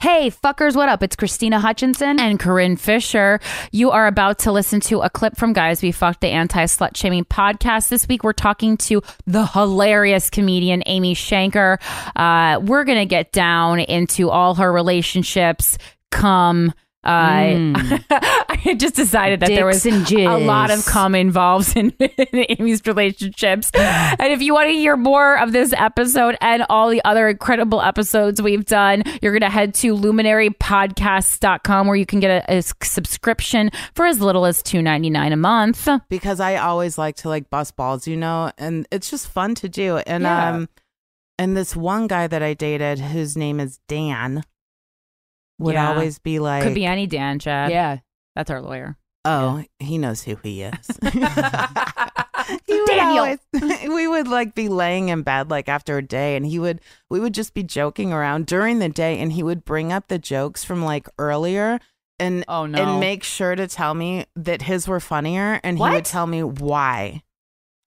Hey, fuckers, what up? It's Christina Hutchinson and Corinne Fisher. You are about to listen to a clip from Guys We Fucked, the anti slut shaming podcast. This week, we're talking to the hilarious comedian Amy Shanker. Uh, we're going to get down into all her relationships, come. Uh, I had just decided that there was Dicks and a jizz. lot of cum involved in, in Amy's relationships. And if you want to hear more of this episode and all the other incredible episodes we've done, you're going to head to luminarypodcasts.com where you can get a, a subscription for as little as $2.99 a month. because I always like to like bust balls, you know, and it's just fun to do. And Yeah. um, and this one guy that I dated, whose name is Dan, would Yeah. always be like, Could be any Dan, Chad. yeah. That's our lawyer. "Oh, he knows who he is." He would Daniel. always- we would like be laying in bed like after a day, and he would we would just be joking around during the day, and he would bring up the jokes from like earlier. And Oh, no. and make sure to tell me that his were funnier, and he What? would tell me why.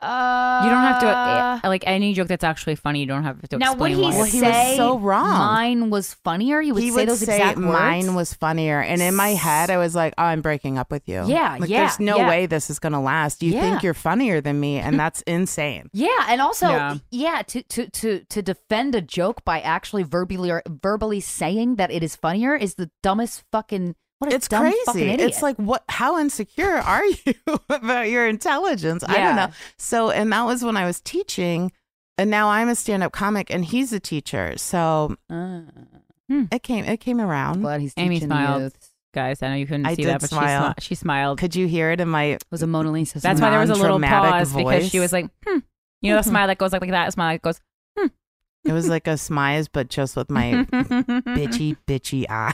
you don't have to, uh, like, any joke that's actually funny, you don't have to Now, would explain he why. Ah. Well, he was say so wrong. mine was funnier? You would say those exact words? mine was funnier. And in my head, I was like, oh, I'm breaking up with you. Yeah, like, yeah, There's no yeah. way this is going to last. You Yeah. think you're funnier than me, and that's insane. Yeah, and also Yeah. yeah, to, to to to defend a joke by actually verbally or verbally saying that it is funnier is the dumbest fucking what a It's dumb fucking crazy. idiot. It's like what how insecure are you about your intelligence? I don't Yeah. know. So and that was when I was teaching and now I'm a stand-up comic and he's a teacher. So Uh. it came it came around. glad he's Amy teaching smiled. the youth. Guys, I know you couldn't I see did that, but she, smile. smi- she smiled. Could you hear it in my It was a Mona Lisa. That's why smile. there was a little non-dramatic pause because she voice. was like, hmm. You know, the Mhm. smile that goes like, like that, a smile that goes, it was like a smize but just with my bitchy bitchy eye.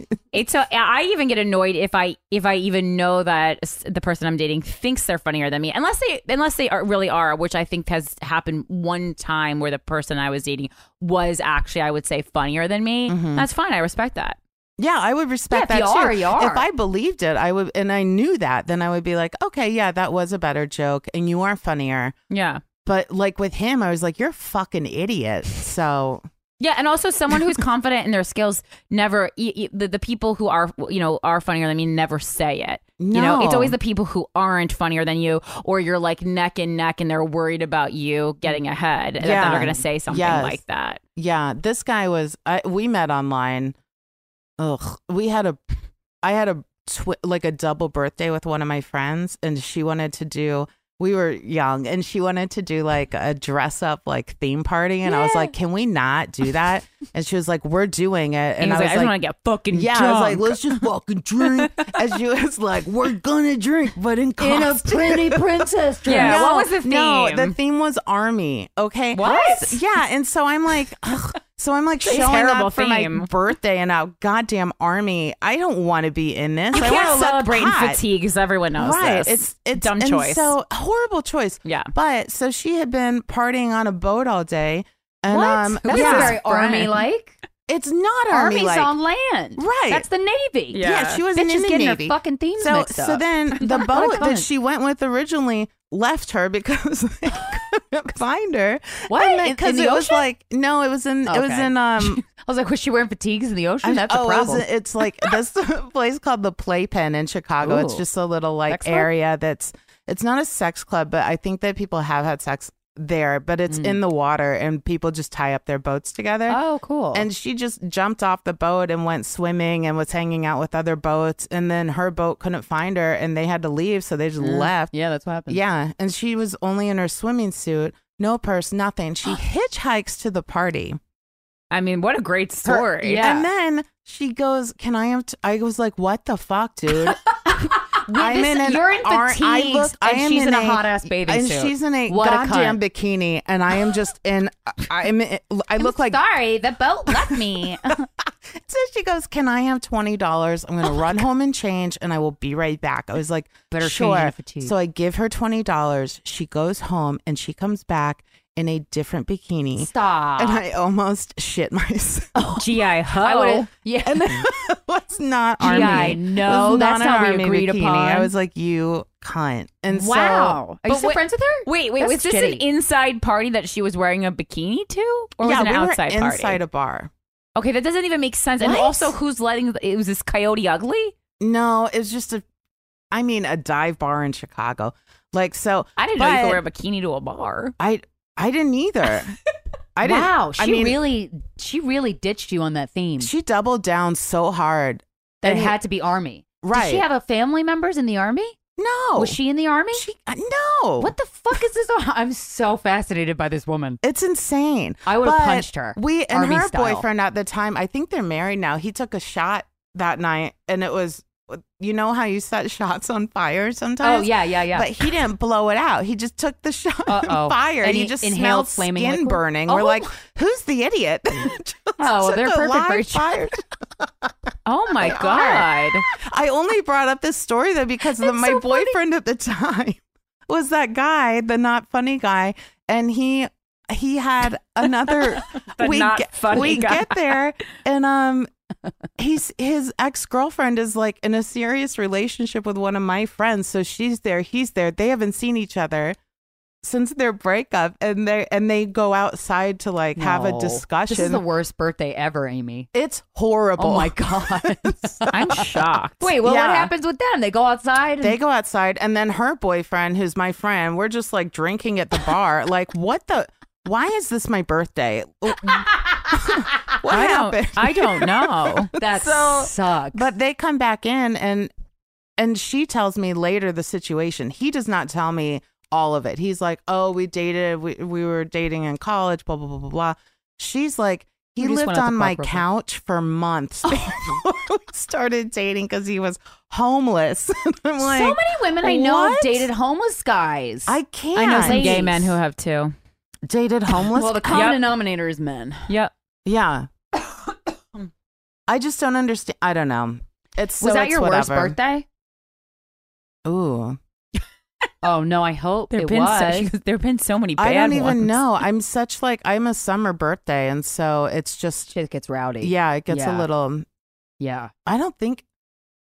It's so I even get annoyed if I if I even know that s- the person I'm dating thinks they're funnier than me, unless they unless they are, really are, which I think has happened one time where the person I was dating was actually I would say funnier than me. That's fine, I respect that. Yeah, I would respect Yeah, if that you too. are, you are. If I believed it, I would, and I knew that, then I would be like, okay, yeah, that was a better joke, and you are funnier. Yeah, But like with him, I was like, you're a fucking idiot. So yeah, and also someone who's confident in their skills never e- e- the, the people who are you know are funnier than me never say it. You know, it's No. always the people who aren't funnier than you, or you're like neck and neck, and they're worried about you getting ahead, and that Mm. Yeah. they're going to say something Yes. like that. yeah, this guy was. I, we met online. Ugh, we had a, I had a twi- like a double birthday with one of my friends, and she wanted to do. We were young, and she wanted to do like a dress up like theme party, and I was Yeah. like, can we not do that? and she was like, we're doing it, And, and, he's I like, was I just want to get fucking Yeah, drunk. I was like, let's just fucking drink. and she was like, we're gonna drink, but in costume. pretty princess dress. Yeah, what was the No, the theme? theme was army. Okay. What? So- yeah, and so I'm like, ugh. so I'm like It's a showing terrible up for theme. my birthday and out goddamn army. I don't want to be in this. you I can't want to celebrate in look hot. fatigue because everyone knows Right. this. It's it's dumb and choice. So horrible choice. Yeah. But so she had been partying on a boat all day. And What? um That's yeah, very Brian. army like. it's not army Army's like on land. Right. That's the Navy. Yeah. yeah. she was Bitch in is the getting her Navy. fucking themes so, mixed So up. then the What a boat cunt. that she went with originally left her because they couldn't find her. What? And then- In- 'cause in the it was ocean? like no, it was in it was Okay. in um I was like, was she wearing fatigues in the ocean? I- That's a oh, it was- problem. it's like this place called the Playpen in Chicago. It's Ooh. just a little like Sex club? area that's it's not a sex club, but I think that people have had sex there, but it's in the water and people just tie up their boats together. Mm. Oh, cool. And she just jumped off the boat and went swimming and was hanging out with other boats. And then her boat couldn't find her and they had to leave. So they just left. yeah, that's what happened. Yeah. And she was only in her swimming suit, no purse, nothing. She hitchhikes to the party. I mean, what a great story. yeah. And then she goes, Can I have. T-? I was like, What the fuck, dude? I'm this- in an you're in ar- I fatigues, look, I and am she's in a hot-ass bathing and suit. she's in a What a cunt. goddamn bikini, and I am just in. I'm. I look like sorry, the boat left me. So she goes, Can I have $20? I'm going Oh to run home and change and I will be right back. I was like, Better change in sure. a fatigue. So I give her $20. She goes home and she comes back in a different bikini. Stop. And I almost shit myself. GI ho. I would've- Oh. yeah. And it was not Gee, army. I know. It was That's not an not what we army agreed bikini. upon. I was like, you cunt. And so, wow. Are you But still wait- friends with her? Wait, wait, That's was this shitty. an inside party that she was wearing a bikini to, or was yeah, it an we outside were party? inside a bar. okay, that doesn't even make sense. And What? also, who's letting? It was this Coyote Ugly. No, it was just a, I mean, a dive bar in Chicago. Like, so I didn't know you could But- wear a bikini to a bar. I, I didn't either. I didn't. wow, she I mean, really she really ditched you on that theme. She doubled down so hard. that it and- had to be army. Did Right. Oh. she have a family members in the army? No. Was she in the army? She- uh, no. What the fuck is this? I'm so fascinated by this woman. It's insane. I would've But punched her, We and army her style. boyfriend at the time. I think they're married now. He took a shot that night, and it was, you know how you set shots on fire sometimes. Oh yeah, yeah, yeah. But he didn't blow it out. He just took the shot Uh-oh. on fire, And and, he you just inhaled smelled flaming skin liquid? burning. Oh. We're like, who's the idiot? Just well, took they're a perfect for live each other. fire Oh my god! I only brought up this story though because the, It's my so funny. boyfriend at the time was that guy, the not funny guy, and he he had another. The not funny we guy. get there, and um, he's his ex girlfriend is like in a serious relationship with one of my friends, so she's there, he's there. They haven't seen each other since their breakup, and they and they go outside to like have a No. discussion. This is the worst birthday ever, Amy. it's horrible. Oh my god. I'm shocked. Wait, well, what Yeah. happens with them? They go outside. And- Mm. They go outside, and then her boyfriend, who's my friend, we're just like drinking at the bar. like, what the? Why is this my birthday? what I happened? don't. I don't know. that So- sucks. But they come back in, and and she tells me later the situation. He does not tell me all of it. He's like, oh, we dated, we we were dating in college, blah blah blah blah blah. She's like. He We just went lived out to on my pop real quick. couch for months Oh. before we started dating because he was homeless. I'm like, so many women I know have what? dated homeless guys. I can't. I know some gay Ladies. men who have two. dated homeless. well, the common Yep. denominator is men. Yep. yeah. I just don't understand. I don't know. It's so was that it's your worst whatever. birthday? Ooh, Oh no, I hope There it have been was. so, she goes, there have been so many bad I don't even ones. know. I'm such like I'm a summer birthday, and so it's just Shit gets rowdy. yeah, it gets Yeah. a little. yeah. I don't think.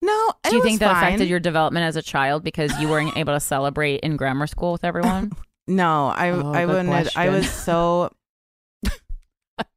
No, Do you think that affected affected your? your development as a child because you weren't able to celebrate in grammar school with everyone? No, I Oh, I good wouldn't. I was so.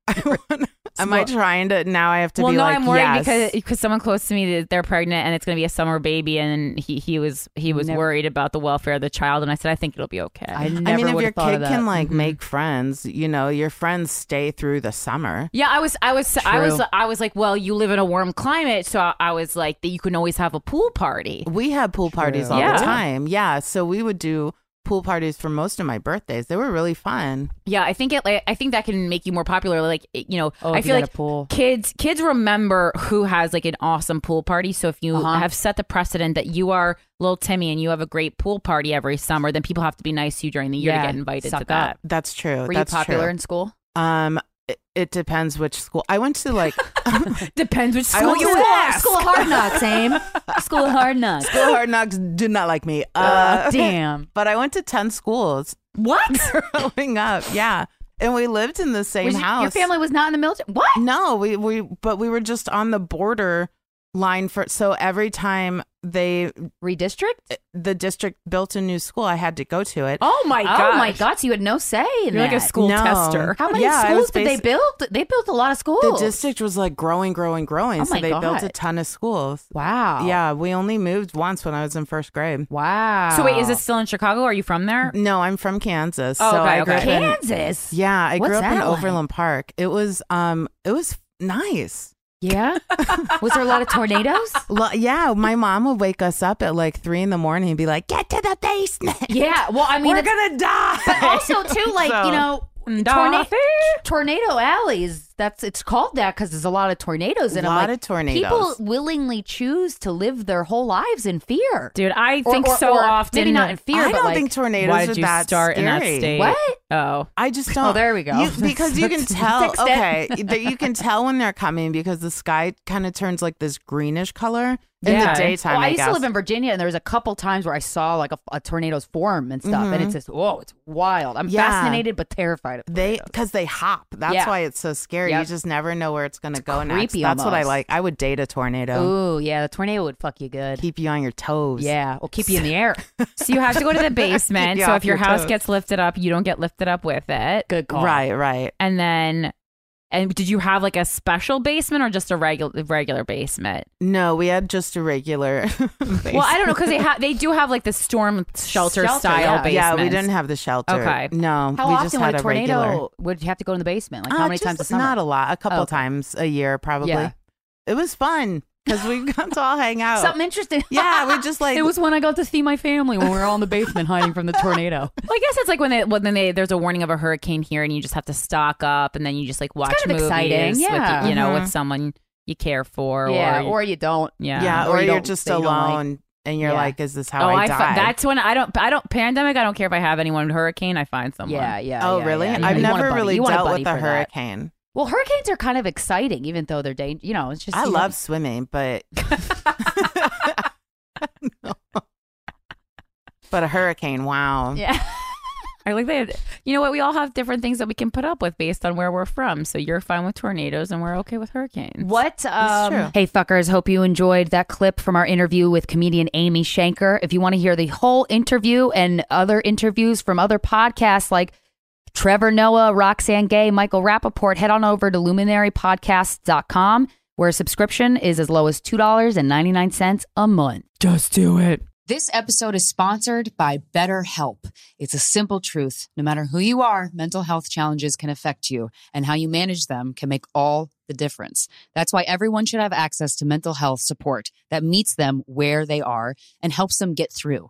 I wouldn't- Am I trying to now? I have to well, be no, like I'm worried yes. because because someone close to me that they're pregnant and it's going to be a summer baby, and he he was he was Never- worried about the welfare of the child, and I said I think it'll be okay. I never I mean, if would your have thought kid of that. Mm-hmm. can like Mhm. make friends, you know, your friends stay through the summer. yeah, I was, I was, I was, True. I was like, well, you live in a warm climate, so I, I was like that you can always have a pool party. We had pool parties True. all Yeah. the time. Yeah. So we would do pool parties for most of my birthdays. They were really fun. Yeah, I think it, like, I think that can make you more popular. Like, it- you know, Oh, I if you feel got like a pool. kids kids remember who has like an awesome pool party. So if you Uh-huh. have set the precedent that you are little Timmy and you have a great pool party every summer, then people have to be nice to you during the year Yeah, to get invited suck to that. up. That's true. Were you That's popular True. in school? Um, it, it depends which school. I went to like Depends which I school went you to school, ask. school of hard knocks, Aim. School of hard knocks. School Hard Knocks did not like me. Uh, Uh, damn. But I went to ten schools What? growing up. Yeah, and we lived in the same Was you- house. Your family was not in the military. What? No, we we but we were just on the border line for so every time they eh, Redistrict? the district built a new school, I had to go to it. Oh my god! oh my god! So you had no say in You're that. like a school No. tester. How many Yeah, I schools was did they basi- build? They built a lot of schools. The district was like growing, growing, growing. Oh so my they built a God. ton of schools. Wow. Yeah, we only moved once when I was in first grade. Wow. So wait, is this still in Chicago? Are you from there? No, I'm from Kansas. Oh, so okay, I grew okay. up in, Kansas? Yeah, I What's grew up in that like? Overland Park. It was um it was nice. Yeah. was there a lot of tornadoes? Lo- yeah, my mom would wake us up at like three in the morning and be like, "Get to the basement. Yeah. Well, I mean, We're it's- gonna die." but also too, like mm, So- you know, Dorothy? tornado alley is That's it's called that because there's a lot of tornadoes and A I'm lot like, of tornadoes. People willingly choose to live their whole lives in fear. Dude, I Or- think or- so or often. Maybe not in fear, I but don't like, think tornadoes Why are did you that start in that scary. state? What? Oh, I just don't. there we go. You- because you can That's- tell. fixed it. Okay, that you can tell when they're coming because the sky kind of turns like this greenish color in Yeah. the daytime. Well, I, I, used guess. to live in Virginia, and there was a couple times where I saw like a, a tornado's form and stuff, and it's just oh, it's wild. I'm Mm-hmm. Yeah. fascinated but terrified. Of they because they hop. That's Yeah. why it's so scary. You Yep. just never know where it's gonna go next. creepy That's what I almost. like. I would date a tornado. Ooh, yeah, the tornado would fuck you good. Keep you on your toes. yeah, will keep you in the air. so you have to go to the basement. you so off if your your house toes. gets lifted up, you don't get lifted up with it. Good call. Right. Right. And then, and did you have like a special basement or just a regular regular basement? No, we had just a regular. Well, I don't know because they have they do have like the storm shelter, Shelter, style yeah. basement. Yeah, we didn't have the shelter. Okay. No, How we often just would had a tornado regular. would you have to go in the basement? Like how Uh, many times a just summer? Not a lot. A couple Okay. times a year, probably. Yeah. It was fun because we got to all hang out. Oh. Something interesting. yeah, we just like it was when I got to see my family when we were all in the basement hiding from the tornado. Well, I guess it's like when they when they there's a warning of a hurricane here, and you just have to stock up, and then you just like watch kind of movies exciting, with, yeah. you know, with Mhm. someone you care for. yeah, or, or you don't. Mm-hmm. yeah. yeah, or or, you you're don't- just that you don't like. alone and you're Yeah. like, is this Oh, how I, fi- die? that's when I don't I don't pandemic. I don't care if I have anyone. Hurricane, I find someone. Yeah, yeah. Oh, yeah, really? yeah. I've You want a never buddy. really You want dealt buddy with a for that. hurricane. Well, hurricanes are kind of exciting, even though they're dangerous. You know, it's just I you love swimming, but No. but a hurricane. Wow. Don't, yeah, I like that. You know what? We all have different things that we can put up with based on where we're from. So you're fine with tornadoes, and we're okay with hurricanes. What? Um, true. hey, fuckers. Hope you enjoyed that clip from our interview with comedian Amy Shanker. If you want to hear the whole interview and other interviews from other podcasts like Trevor Noah, Roxanne Gay, Michael Rappaport, head on over to luminarypodcast.com where a subscription is as low as $2.99 a month. Just do it. This episode is sponsored by BetterHelp. It's a simple truth. No matter who you are, mental health challenges can affect you, and how you manage them can make all the difference. That's why everyone should have access to mental health support that meets them where they are and helps them get through.